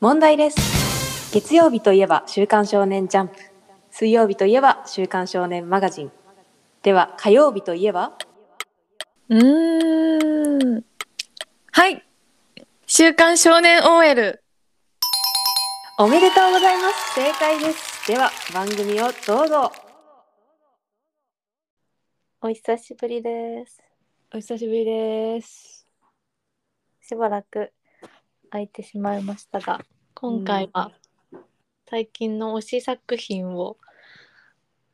問題です月曜日といえば「週刊少年ジャンプ」水曜日といえば「週刊少年マガジン」では火曜日といえばうーん。はい。週刊少年 OL。おめでとうございます正解ですでは番組をどうぞお久しぶりです。お久しぶりですしばらく空いてしまいましたが、今回は最近の推し作品を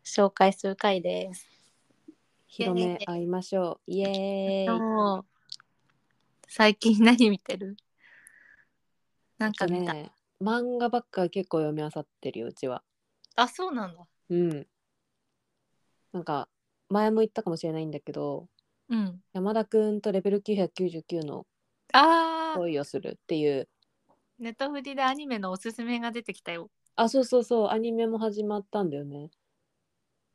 紹介する回です。広め会いましょうイエーイおー最近何見てるなんか見た。ね漫画ばっか結構読み漁ってるようちはあ、そうなんだ。うんなんか前も言ったかもしれないんだけどうん。山田くんとレベル999のああ、恋をするっていうネットフリでアニメのおすすめが出てきたよ。あそうそうそうアニメも始まったんだよね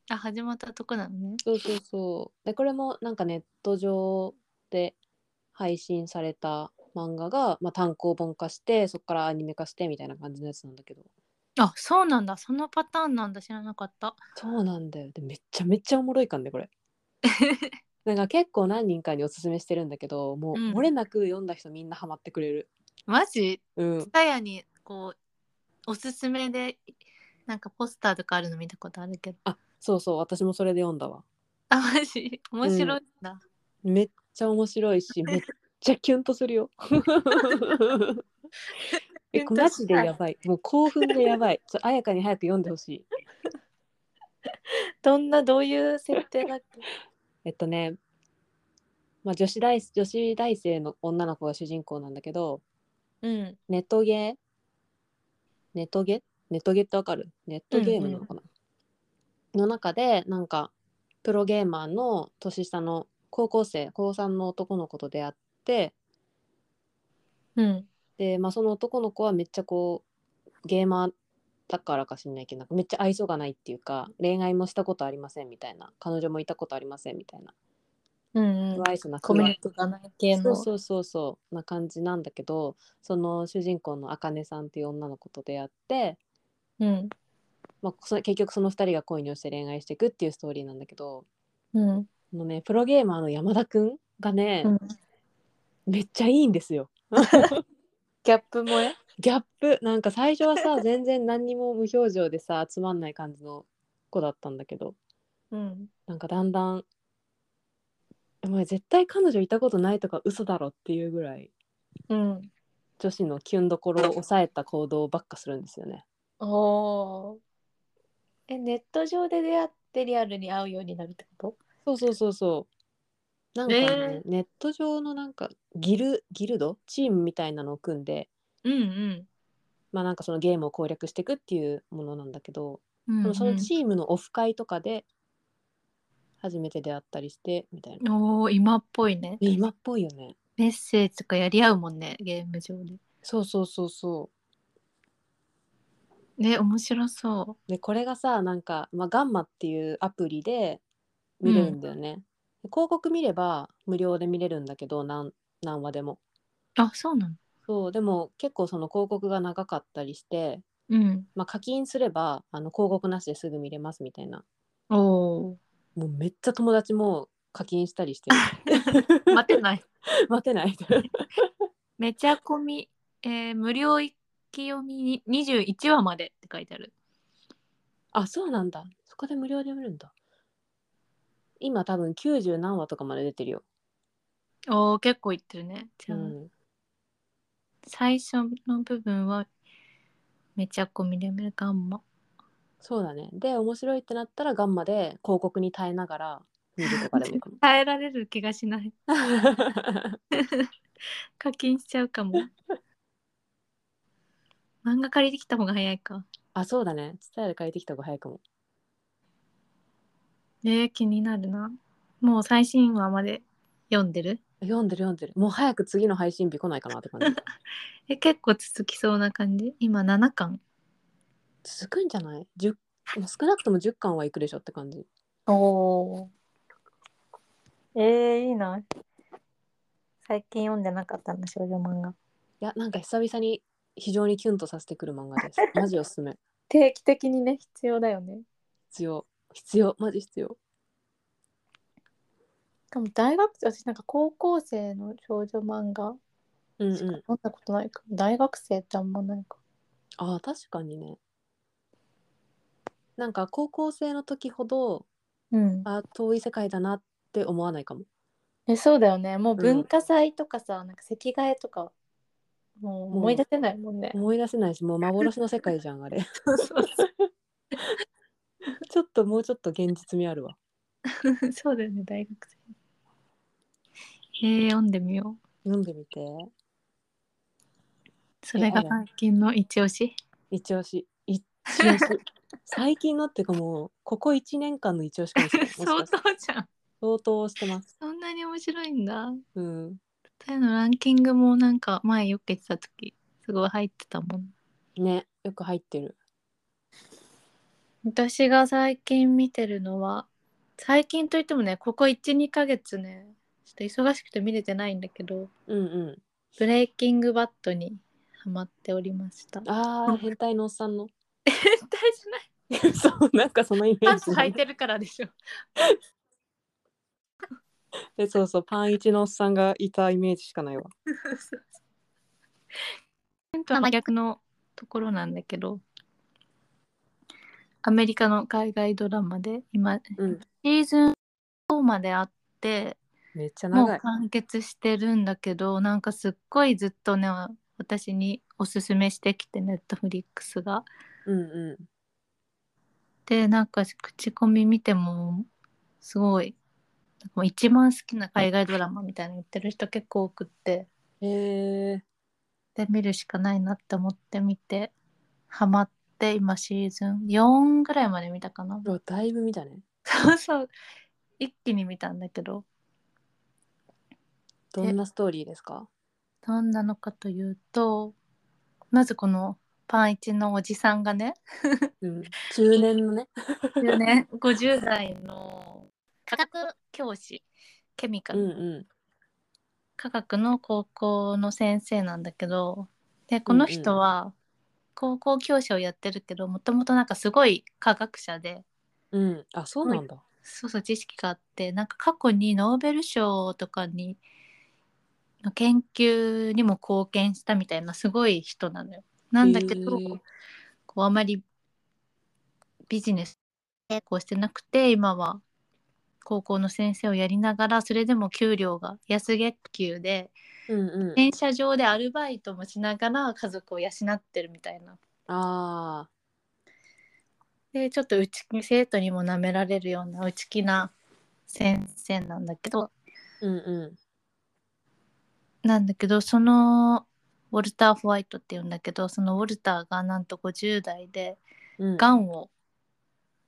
あ、始まったとこなのね。そうそうそうでこれもなんかネット上で配信された漫画が、まあ、単行本化してそこからアニメ化してみたいな感じのやつなんだけどあ、そうなんだ。そのパターンなんだ。知らなかった。そうなんだよでめちゃめちゃおもろいかんね これなんか結構何人かにおすすめしてるんだけどもううん漏れなく読んだ人みんなハマってくれるマジうんツタヤにこうおすすめでなんかポスターとかあるの見たことあるけど あそうそう私もそれで読んだわあマジ面白いんだ、めっちゃ面白いしめっちゃキュンとす るよえこれマジでやばいもう興奮でやばいちょ彩香に早く読んでほしいどんなどういう設定だっけえっとね、まあ、女子大女子大生の女の子が主人公なんだけどうんネトゲネトゲネトゲってわかるネットゲームなのかな、の中でなんかプロゲーマーの年下の高校生高3の男の子と出会ってうんで、まあ、その男の子はめっちゃこうゲーマーだからか知んないけどなんかめっちゃ愛想がないっていうか恋愛もしたことありませんみたいな彼女もいたことありませんみたいなうん不愛想なコミュニトがない系そのうそうそうそうな感じなんだけどその主人公のあかねさんっていう女の子と出会って、うんまあ、そ結局その2人が恋に落ちて恋愛していくっていうストーリーなんだけどうんあの、ね、プロゲーマーの山田くんがね、うんめっちゃいいんですよ。ギャップ萌えギャップなんか最初は さ全然何にも無表情でさつまんない感じの子だったんだけどうんなんかだんだん「お前絶対彼女いたことないとか嘘だろ」っていうぐらいうん女子のキュンどころを抑えた行動ばっかするんですよね。おおえネット上で出会ってリアルに会うようになるってこそうそうそうそう。なんか、ねねネット上のなんかギルギルドチームみたいなのを組んで、とうんまあなんかそのゲームを攻略していくっていうものなんだけど、うんでもそのチームのオフ会とかで初めて出会ったりしてみたいな。おお今っぽいねね今っぽいよね。メッセージとかやり合うもんねゲーム上でそうそうそうそ。ね面白そうでこれがさなんか、まあ、ガンマっていうアプリで見れるんだよね。で広告見れば無料で見れるんだけど何何話でも。うあそうなのそうでも結構その広告が長かったりしてうんまあ、課金すればあの広告なしですぐ見れますみたいなおおもうめっちゃ友達も課金したりして ーる待てない待てない めちゃコミ、えー無料一気読みに21話までって書いてあるあそうなんだそこで無料で見るんだ今多分90何話とかまで出てるよ、おー結構いってるねじうゃあ、ん、最初の部分はめちゃコミで見るガンマそうだねで面白いってなったらガンマで広告に耐えながら見るとかでもいいか も耐えられる気がしない課金しちゃうかも 漫画借りてきた方が早いかあそうだね伝えで借りてきた方が早いかもねえ気になるなもう最新話まで読んでる読んでる読んでるもう早く次の配信日来ないかなって感 じえ結構続きそうな感じ今7巻続くんじゃない10もう少なくとも10巻はいくでしょって感じおお。えー、いいな。最近読んでなかったんだ、少女漫画。いやなんか久々に非常にキュンとさせてくる漫画 です。マジおすすめ。定期的にね必要だよね必要。必要。マジ必要。しかも大学生私なんか高校生の少女漫画うんうしか読んん。だことないか、大学生ってあんまないかああ、確かにね。なんか高校生の時ほど、うんあー遠い世界だなって思わない かも。えそうだよねもう文化祭とかさ、なんか席替えとかもう思い出せないもんね、思い出せないし、もう幻の世界じゃ ん、あれ。ちょっともうちょっと現実味あるわ。そうだよね大学生へえ読んでみよう読んでみて。それがえあら最近の一押し一押し。一押 し。最近のっていうかもう、ここ1年間の一押しかもし れない。もし相かして当じゃん相当してます。そんなに面白いんだうん。二人のランキングもなんか前よく言ってた時すごい入ってたもんね、よく入ってる。私が最近見てるのは最近といってもねここ12ヶ月ねちょっと忙しくて見れてないんだけどうんう「ブレイキングバット」にハマっておりましたん。ああ、変態のおっさんの。 絶対じゃな いそう、なんかそのイメパンーツジ履いね。てる からでしょで、そうそう、パン一のおっさんがいたイメージしかないわ。本当は真逆のところなんだけどアメリカの海外ドラマで今うん。シーズン4まであってめっちゃも長うい。完結してるんだけどなんかすっごいずっとね私におすすめしてきてネットフリックスが。うんうでなんか口コミ見てもすごいなんかもう一番好きな海外ドラマみたいなの言ってる人結構多くってん。へえ。で見るしかないなって思って見てハマって今シーズン4ぐらいまで見たかなうわだいぶ見たね。そうそう一気に見たんだけどどんなストーリーですかどんなのかというとまずこのパン一のおじさんがねうん。中年のね。ね50代の科学教師ケミカうんルう科学の高校の先生なんだけどでこの人は高校教師をやってるけどもともとなんかすごい科学者でん。うん。あ、そうなんだ。そうそう知識があってなんか過去にノーベル賞とかにの研究にも貢献したみたいなすごい人なのよ。なんだけど、へーこうあまりビジネス成功してなくて今は高校の先生をやりながらそれでも給料が安月給でうんうん。電車上でアルバイトもしながら家族を養ってるみたいな。ああ。でちょっと内気生徒にも舐められるような内気な先生なんだけどうんうなんだけどそのウォルター・ホワイトっていうんだけどそのウォルターがなんと50代でん。うん。がんを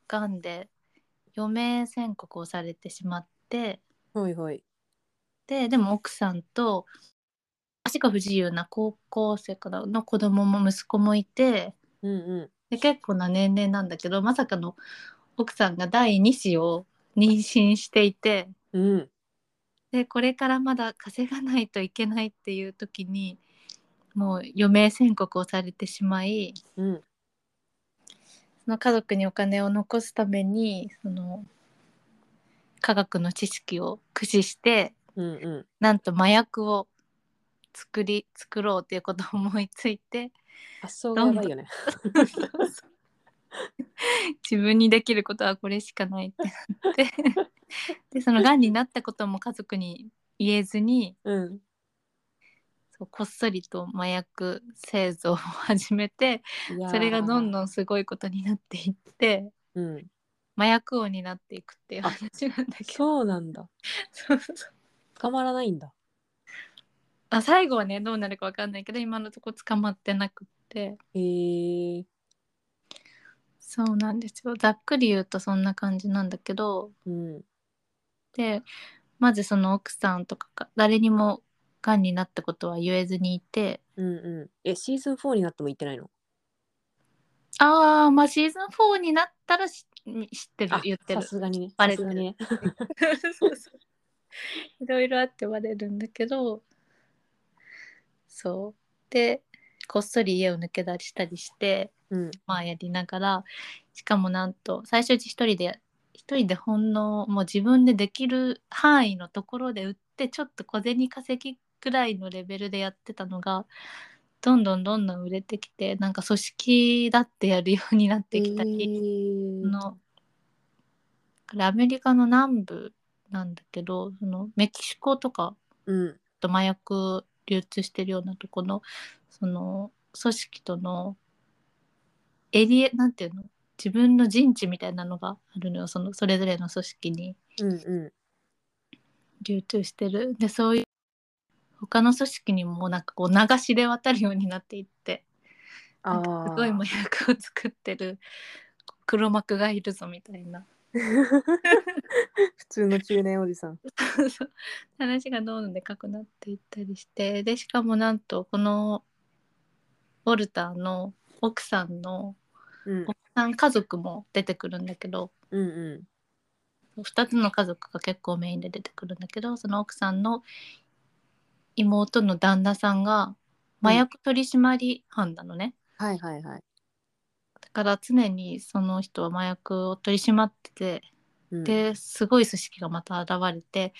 がんで余命宣告をされてしまってほいほい。ででも奥さんと足が不自由な高校生からの子供も息子もいてうんうで結構な年齢なんだけどまさかの奥さんが第2子を妊娠していてん。うん。でこれからまだ稼がないといけないっていう時にもう余命宣告をされてしまいうん。その家族にお金を残すためにその科学の知識を駆使してうんうなんと麻薬を作り作ろうっていうことを思いついてん。発想がやばいよね。自分にできることはこれしかないってなってでそのがんになったことも家族に言えずにうん。そうこっそりと麻薬製造を始めていやーそれがどんどんすごいことになっていってうん。麻薬王になっていくっていう話なんだけどそうなんだ。そうそうそう捕まらないんだ。あ最後はねどうなるかわかんないけど今のとこ捕まってなくってへえ。そうなんですよざっくり言うとそんな感じなんだけどうん。でまずその奥さんとかが誰にもがんになったことは言えずにいてうんうん。え、シーズン4になっても行ってないのああまあシーズン4になったらし知ってるあ言ってるさすがにね。バさレすてるがにね。 そうそういろいろあってバレるんだけどそうでこっそり家を抜け出したりして、うんまあ、やりながらしかもなんと最初うち一人で一人でほんのもう自分でできる範囲のところで売ってちょっと小銭稼ぎくらいのレベルでやってたのがどんどんどんどん売れてきてなんか組織だってやるようになってきたり。そのこれアメリカの南部なんだけどそのメキシコとかうんちょっと麻薬流通してるようなとこのその組織とのエリアなんていうの自分の陣地みたいなのがあるのよそのそれぞれの組織にうんう流通してるでそういう他の組織にもなんかこう流しで渡るようになっていってんなんあかあすごい 麻薬を作ってる黒幕がいるぞみたいな普通の中年おじさんそう話がどんどんでかくなっていったりしてでしかもなんとこのウォルターの奥さんのうん奥さん家族も出てくるんだけどうんう2つの家族が結構メインで出てくるんだけどその奥さんの妹の旦那さんが麻薬取締班なのね、んはいはいはいだから常にその人は麻薬を取り締まっててうんですごい組織がまた現れて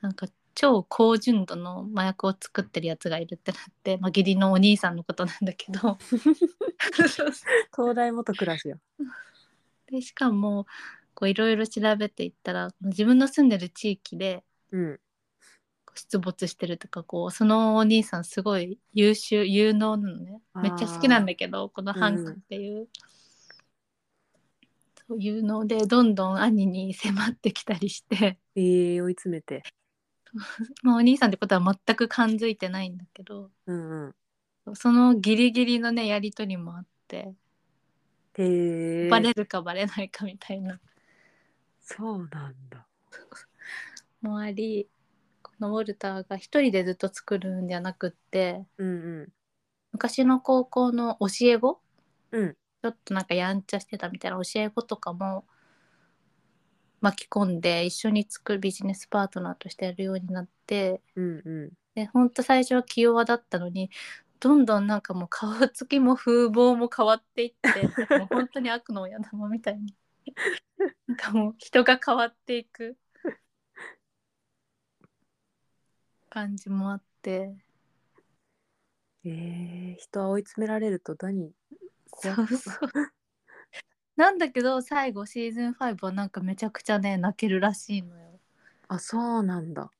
なんか超高純度の麻薬を作ってるやつがいるってなって、まあ、義理のお兄さんのことなんだ けど東大元暮らしやでしかもこういろいろ調べていったら自分の住んでる地域でうんこう出没してるとかこうそのお兄さんすごい優秀有能なのねあーめっちゃ好きなんだけどこのハンクっていう。そういうのでどんどん兄に迫ってきたりしてえー、追い詰めてまあ、お兄さんってことは全く感づいてないんだけどうんうんそのギリギリのねやり取りもあって、へえバレるかバレないかみたいなそうなんだもありこのウォルターが一人でずっと作るんじゃなくってうんうん昔の高校の教え子うんちょっとなんかやんちゃしてたみたいな教え子とかも巻き込んで一緒に作るビジネスパートナーとしてやるようになってうんうでほんと最初は気弱だったのにどんどんなんかもう顔つきも風貌も変わっていってもう本当に悪の親玉みたい になんかもう人が変わっていく感じもあってんえー、人は追い詰められると何そ怖うそうなんだけど最後シーズン5はなんかめちゃくちゃね泣けるらしいのよ あそうなんだ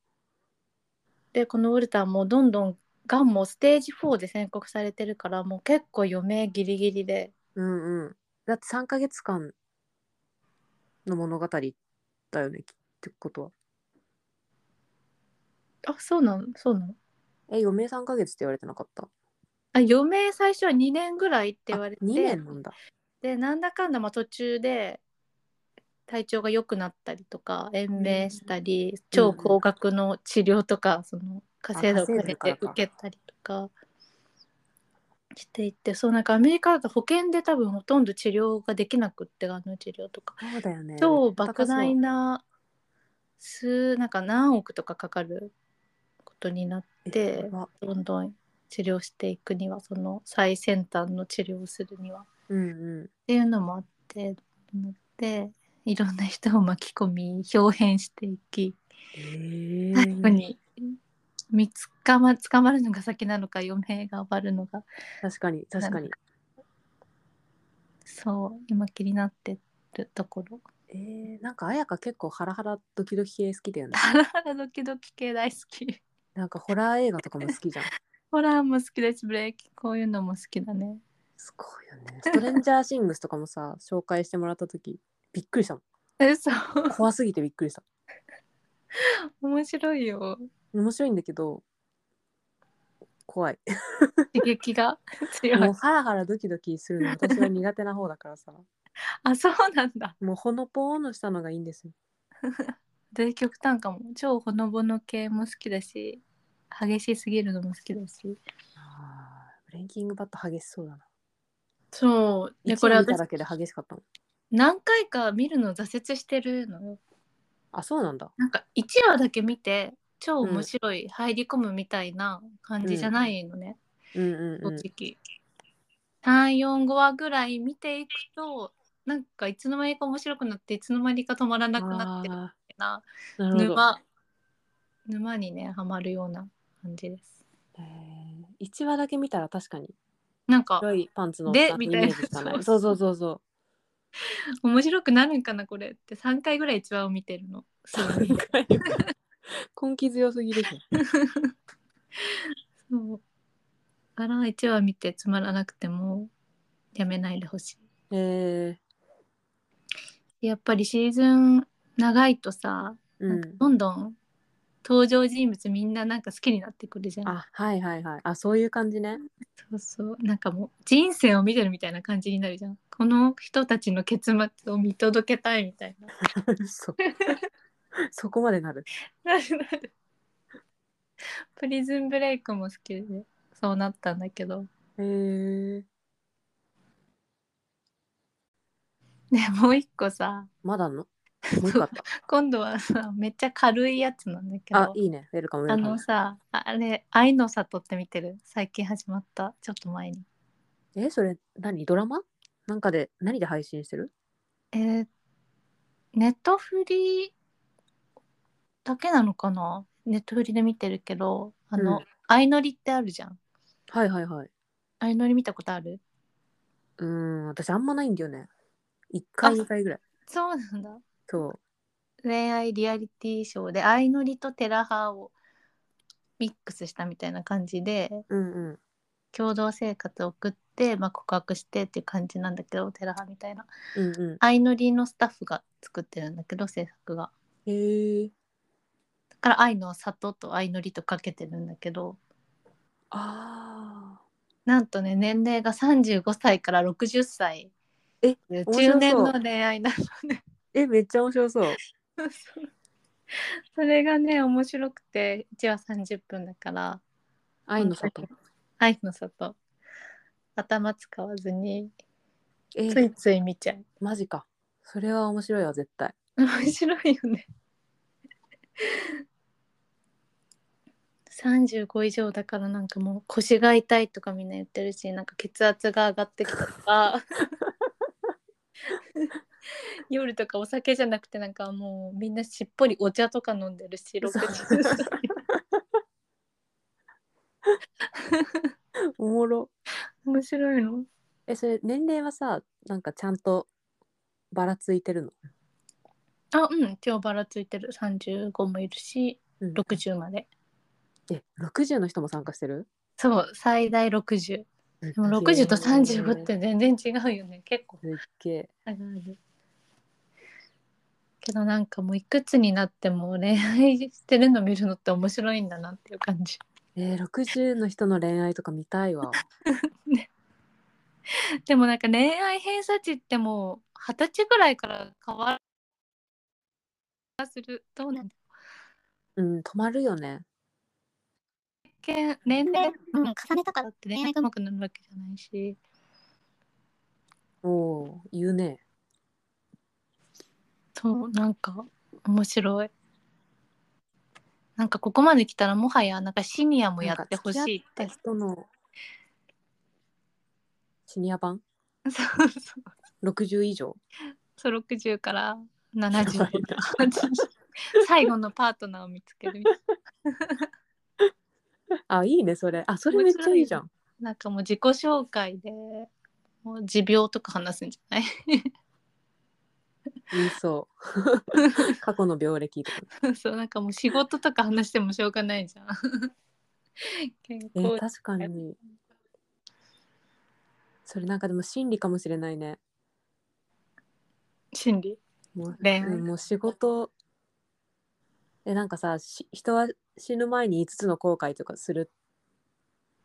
でこのウォルターもどんどんがんもステージ4で宣告されてるからもう結構余命ギリギリでうんうんだって3ヶ月間の物語だよねきってことはあそうなのそうなのえ余命3ヶ月って言われてなかったあ余命最初は2年ぐらいって言われて2年なんだでなんだかんだまあ途中で体調が良くなったりとか延命したり、超高額の治療とか、その稼いだお稼いだ金でからか受けたりとかしていってそうなんかアメリカだと保険で多分ほとんど治療ができなくってがんの治療とかそうだよね超莫大なな数なんか何億とかかかることになって。どんどん治療していくにはその最先端の治療をするにはっうんうていうのもあってでいろんな人を巻き込み表変していきんへえ最後に見つかま捕まるのが先なのか余命が終わるのが確かに確かにそう今気になってるところ えー、なんか彩香結構ハラハラドキドキ系好きだよねハラハラドキドキ系大好きなんかホラー映画とかも好きじゃんホラーも好きだしブレーキこういうのも好きだねすごいよねストレンジャーシングスとかもさ 紹介してもらった時びっくりしたもんえそう怖すぎてびっくりした面白いよ面白いんだけど怖い刺激が強もいうハラハラドキドキするの私は苦手な方だからさあそうなんだもうほのぽーんのしたのがいいんですよで極端かも超ほのぼの系も好きだし激しすぎるのも好きだしあーブレンキングバット激しそうだなそうで一これ話見た私だけで激しかったもん何回か見るの挫折してるのよあそうなんだなんか1話だけ見て超面白い、入り込むみたいな感じじゃないのね、うんうん正うん直、345話ぐらい見ていくとなんかいつの間にか面白くなっていつの間にか止まらなくなってるみあたいなーなるほど沼沼にねはまるような感じですえー、1話だけ見たら確かになんか白いパンツのでおっさんのみたいなイメージしかないそうそうそう そう面白くなるんかなこれって3回ぐらい一話を見てるのそう根気強すぎるしそうあら一話見てつまらなくてもやめないでほしえいやっぱりシーズン長いとさー、なうんかんどんどん登場人物みんななんか好きになってくるじゃんあはいはいはいあそういう感じね そうそうなんかもう人生を見てるみたいな感じになるじゃんこの人たちの結末を見届けたいみたいな そ そこまでなるなるなるプリズンブレイクも好きでそうなったんだけどへえー、ねもう一個さまだのもう一個あった今度はさめっちゃ軽いやつなんだけどあいいねウェルカムウェあルカムのさああれ「愛の里」って見てる最近始まったちょっと前にえそれ何ドラマなんかで何で配信してるえーネットフリだけなのかなネットフリで見てるけどあの、うん相乗りってあるじゃんはいはいはい相乗り見たことあるうーん私あんまないんだよね1回あ2回ぐらいそうなんだそう恋愛リアリティショーで相乗りとテラハをミックスしたみたいな感じでうんうん共同生活を送って、まあ、告白してっていう感じなんだけどテラハみたいなうんうん相乗りのスタッフが作ってるんだけど制作がへえー、だから愛の里と相乗りとかけてるんだけどあなんとね年齢が35歳から60歳え面白そ中う年の恋愛なの ねーえめっちゃ面白そうそれがね面白くて1話30分だから愛の里愛の里頭使わずにえついつい見ちゃうマジかそれは面白いわ絶対面白いよね35以上だからなんかもう腰が痛いとかみんな言ってるしなんか血圧が上がってきたとか夜とかお酒じゃなくてなんかもうみんなしっぽりお茶とか飲んでるしそう60歳おもろ面白いのえそれ年齢はさなんかちゃんとばらついてるの、あうん今日ばらついてる35もいるしうん、 60までえ60の人も参加してるそう最大60でも60と35って全然違うよね結構すっげえあるあるけどなんかもういくつになっても恋愛してるの見るのって面白いんだなっていう感じ えー、60の人の恋愛とか見たいわでもなんか恋愛偏差値ってもう二十歳ぐらいから変わるするどうなんだうん止まるよね経験年齢うん重ねたからだって恋愛がうまくなるわけじゃないしおおー言うねそうなんか面白いなんかここまで来たらもはやなんかシニアもやってほしいってなんか付き合った人のシニア版そうそう60以上そう60からやば70いな最後のパートナーを見つけるみたい あいいねそれあそれめっちゃいいじゃんななんかもう自己紹介でもう持病とか話すんじゃない言いそう 過去の病歴とかそうなんかもう仕事とか話してもしょうがないじゃん健え康ー確かにそれなんかでも心理かもしれないね心理もう,、恋愛うん、もう仕事えなんかさし人は死ぬ前に5つの後悔とかする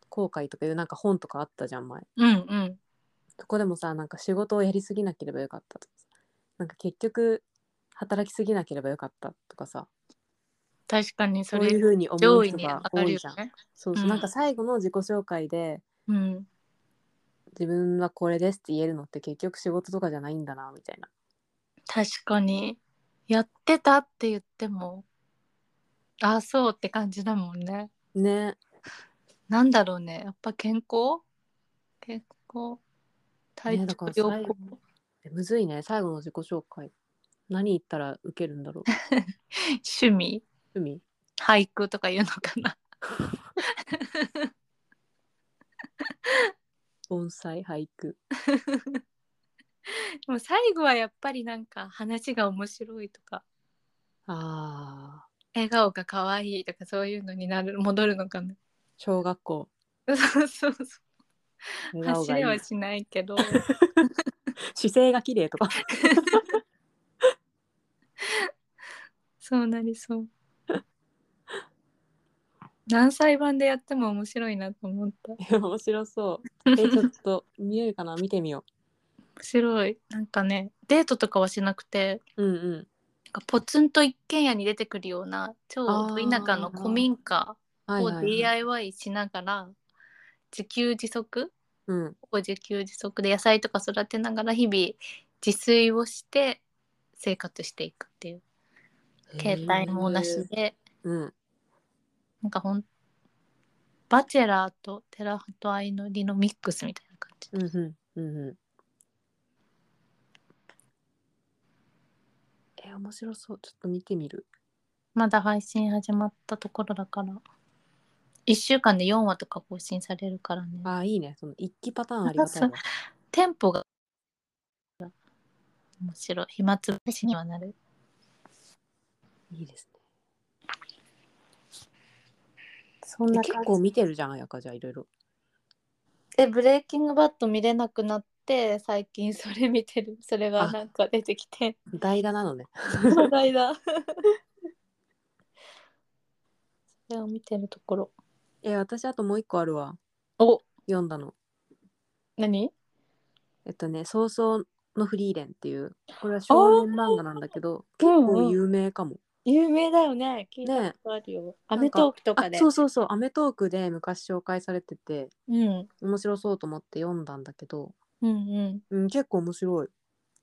後悔とかいうなんか本とかあったじゃん前うんうんそこでもさなんか仕事をやりすぎなければよかったとかさなんか結局働きすぎなければよかったとかさ確かにそそういうれふうに思上う位人に上がが多るいよじゃん、ねそうそう、うんなんか最後の自己紹介でうん自分はこれですって言えるのって結局仕事とかじゃないんだなみたいな確かにやってたって言ってもあそうって感じだもんねねなんだろうねやっぱ健康健康体ねだ調から良最好後えむずいね最後の自己紹介何言ったら受けるんだろう趣味海俳句とか言うのかな 盆栽俳句でも最後はやっぱりなんか話が面白いとかあー笑顔が可愛いとかそういうのになる戻るのかな 小学校そうそうそう笑顔走がいれはいしない けど姿勢が綺麗とか そうなりそう何歳版でやっても面白いなと思った面面白 そうえちょっと見えるかな見てみよ白いなんかねデートとかはしなくてううんうんなんかポツンと一軒家に出てくるような超あどー田舎の古民家はいはい、をはい DIY しながら自給自足うんほぼ自給自足で野菜とか育てながら日々自炊をして生活していくっていう携帯もなしでうんなんかほんバチェラーとテラハとアイノリのミックスみたいな感じ、うんうんうんうんえ面白そうちょっと見てみるまだ配信始まったところだから1週間で4話とか更新されるからねあーいいねその一気パターンありがたいわテンポが面白い暇つぶしにはなるいいですねそんえな結感構じ見てるじゃんあやかじゃあいろいろでブレイキングバット見れなくなって最近それ見てる それがあなんか出てき て代打なのね話題だ それを見てるところえ私あともう一個あるわお読んだの何えっとね「早々のフリーレン」っていうこれは少年漫画なんだけど結構有名かも、有名だよね聞いたねことあるよ。なアんかメトークとかあで。そうそうそう『アメトーク』で昔紹介されててうん。面白そうと思って読んだんだけど、うんうん。うん、結構面白いっ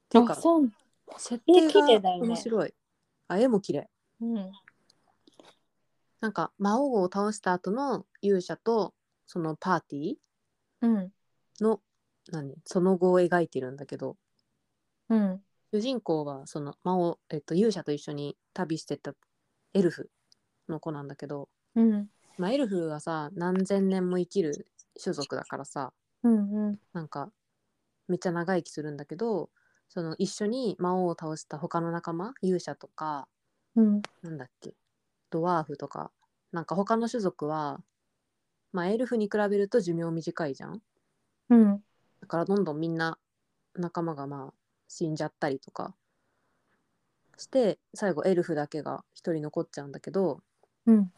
ていうあ、かそう。設絵綺定麗だがよね面白い、あ絵も綺麗うん。なんか魔王を倒した後の勇者とそのパーティうん。ーの何その後を描いてるんだけどうん。主人公はその魔王、えっと、勇者と一緒に旅してたエルフの子なんだけど、うん。まあ、エルフはさ何千年も生きる種族だからさうん。うん。なんかめっちゃ長生きするんだけどその一緒に魔王を倒した他の仲間勇者とかうん。なんだっけドワーフとかなんか他の種族は、まあ、エルフに比べると寿命短いじゃんうん。だからどんどんみんな仲間がまあ死んじゃったりとかして最後エルフだけが一人残っちゃうんだけどうん。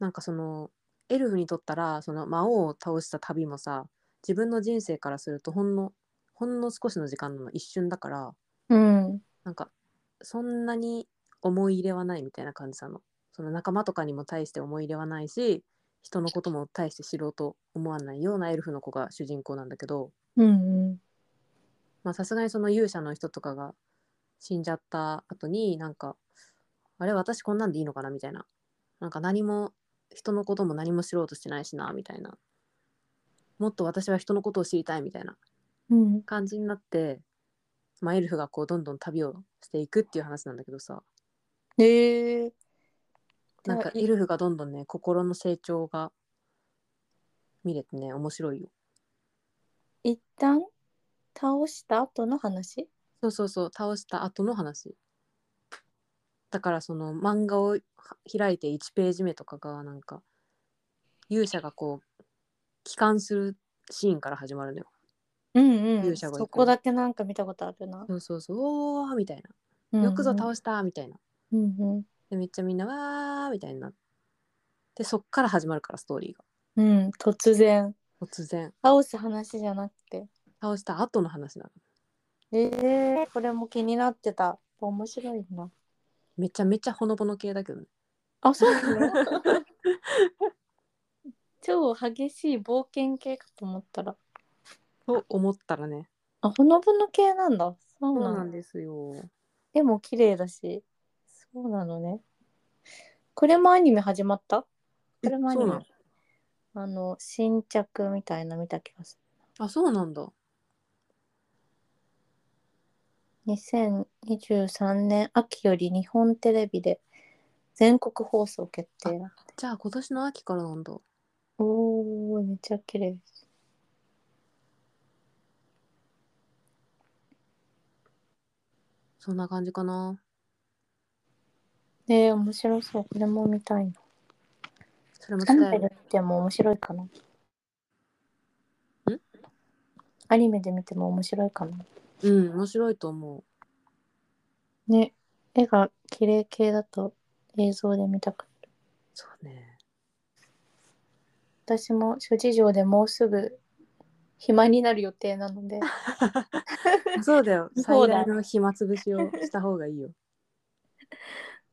なんかそのエルフにとったらその魔王を倒した旅もさ自分の人生からするとほんのほんの少しの時間なの一瞬だからうん。なんかそんなに思い入れはないみたいな感じなのその仲間とかにも対して思い入れはないし人のことも対して知ろうと思わないようなエルフの子が主人公なんだけどうん。まあさすがにその勇者の人とかが死んじゃった後になんかあれ私こんなんでいいのかなみたいななんか何も人のことも何も知ろうとしてないしなみたいなもっと私は人のことを知りたいみたいなうん。感じになって、まあ、エルフがこうどんどん旅をしていくっていう話なんだけどさええ。なんかエルフがどんどんね心の成長が見れてね面白いよ一旦倒した後の話。そうそうそう倒した後の話だからその漫画を開いて1ページ目とかがなんか勇者がこう帰還するシーンから始まるのようん勇者が行くそこだけなんか見たことあるな。そうそうそうおーみたいなよくぞ倒し。したみたいなうん。でめっちゃみんなわーみたいになでそっから始まるからストーリーがうん。うん。突然。突然倒す話じゃなくて。倒した後の話なのええ。これも気になってた。面白いな。めちゃめちゃほのぼの系だけどねあ、そうなの 超激しい冒険系かと思ったら。と思ったらねあ、ほのぼの系なんだ。そうそうななのん。ですよ絵も綺麗だし。そうなのね。これもアニメ始まったこれもアニそうメなの。あの新着みたいなの見た気がすあそうなんだる2023年秋より日本テレビで全国放送決定だじゃあ今年の秋からなんだおーめっちゃ綺麗ですそんな感じかなねえ面白そうこれも見たいなそれもアニ伝えメで見ても面白いかなんアニメで見ても面白いかなうん面白いと思うね絵が綺麗系だと映像で見たくなるそうね私も諸事情でもうすぐ暇になる予定なのでそうだよそ最うだ大の暇つぶしをした方がいいよ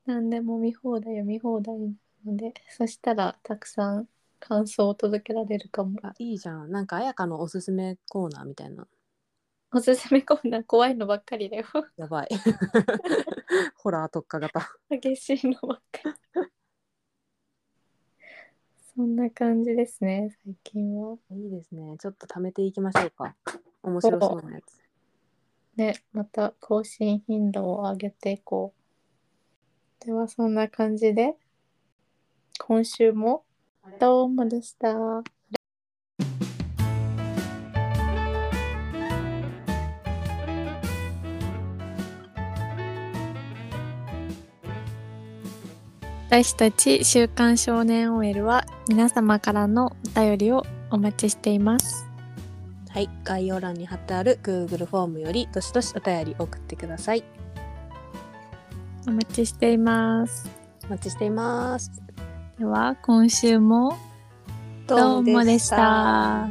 何でも見放題よ見放題なのでそしたらたくさん感想を届けられるかもあいいじゃんなんか綾香のおすすめコーナーみたいなおすすめコーナー怖いのばっかりだよ やばい ホラー特化型激しいのばっかり そんな感じですね最近はいいですねちょっと貯めていきましょうか面白そうなやつねまた更新頻度を上げていこうではそんな感じで今週もどうもでした。私たち週刊少年 OL は皆様からのお便りをお待ちしています。はい概要欄に貼ってある Google フォームよりどしどしお便り送ってくださいお待ちしています。お待ちしていますでは今週もどうもでした。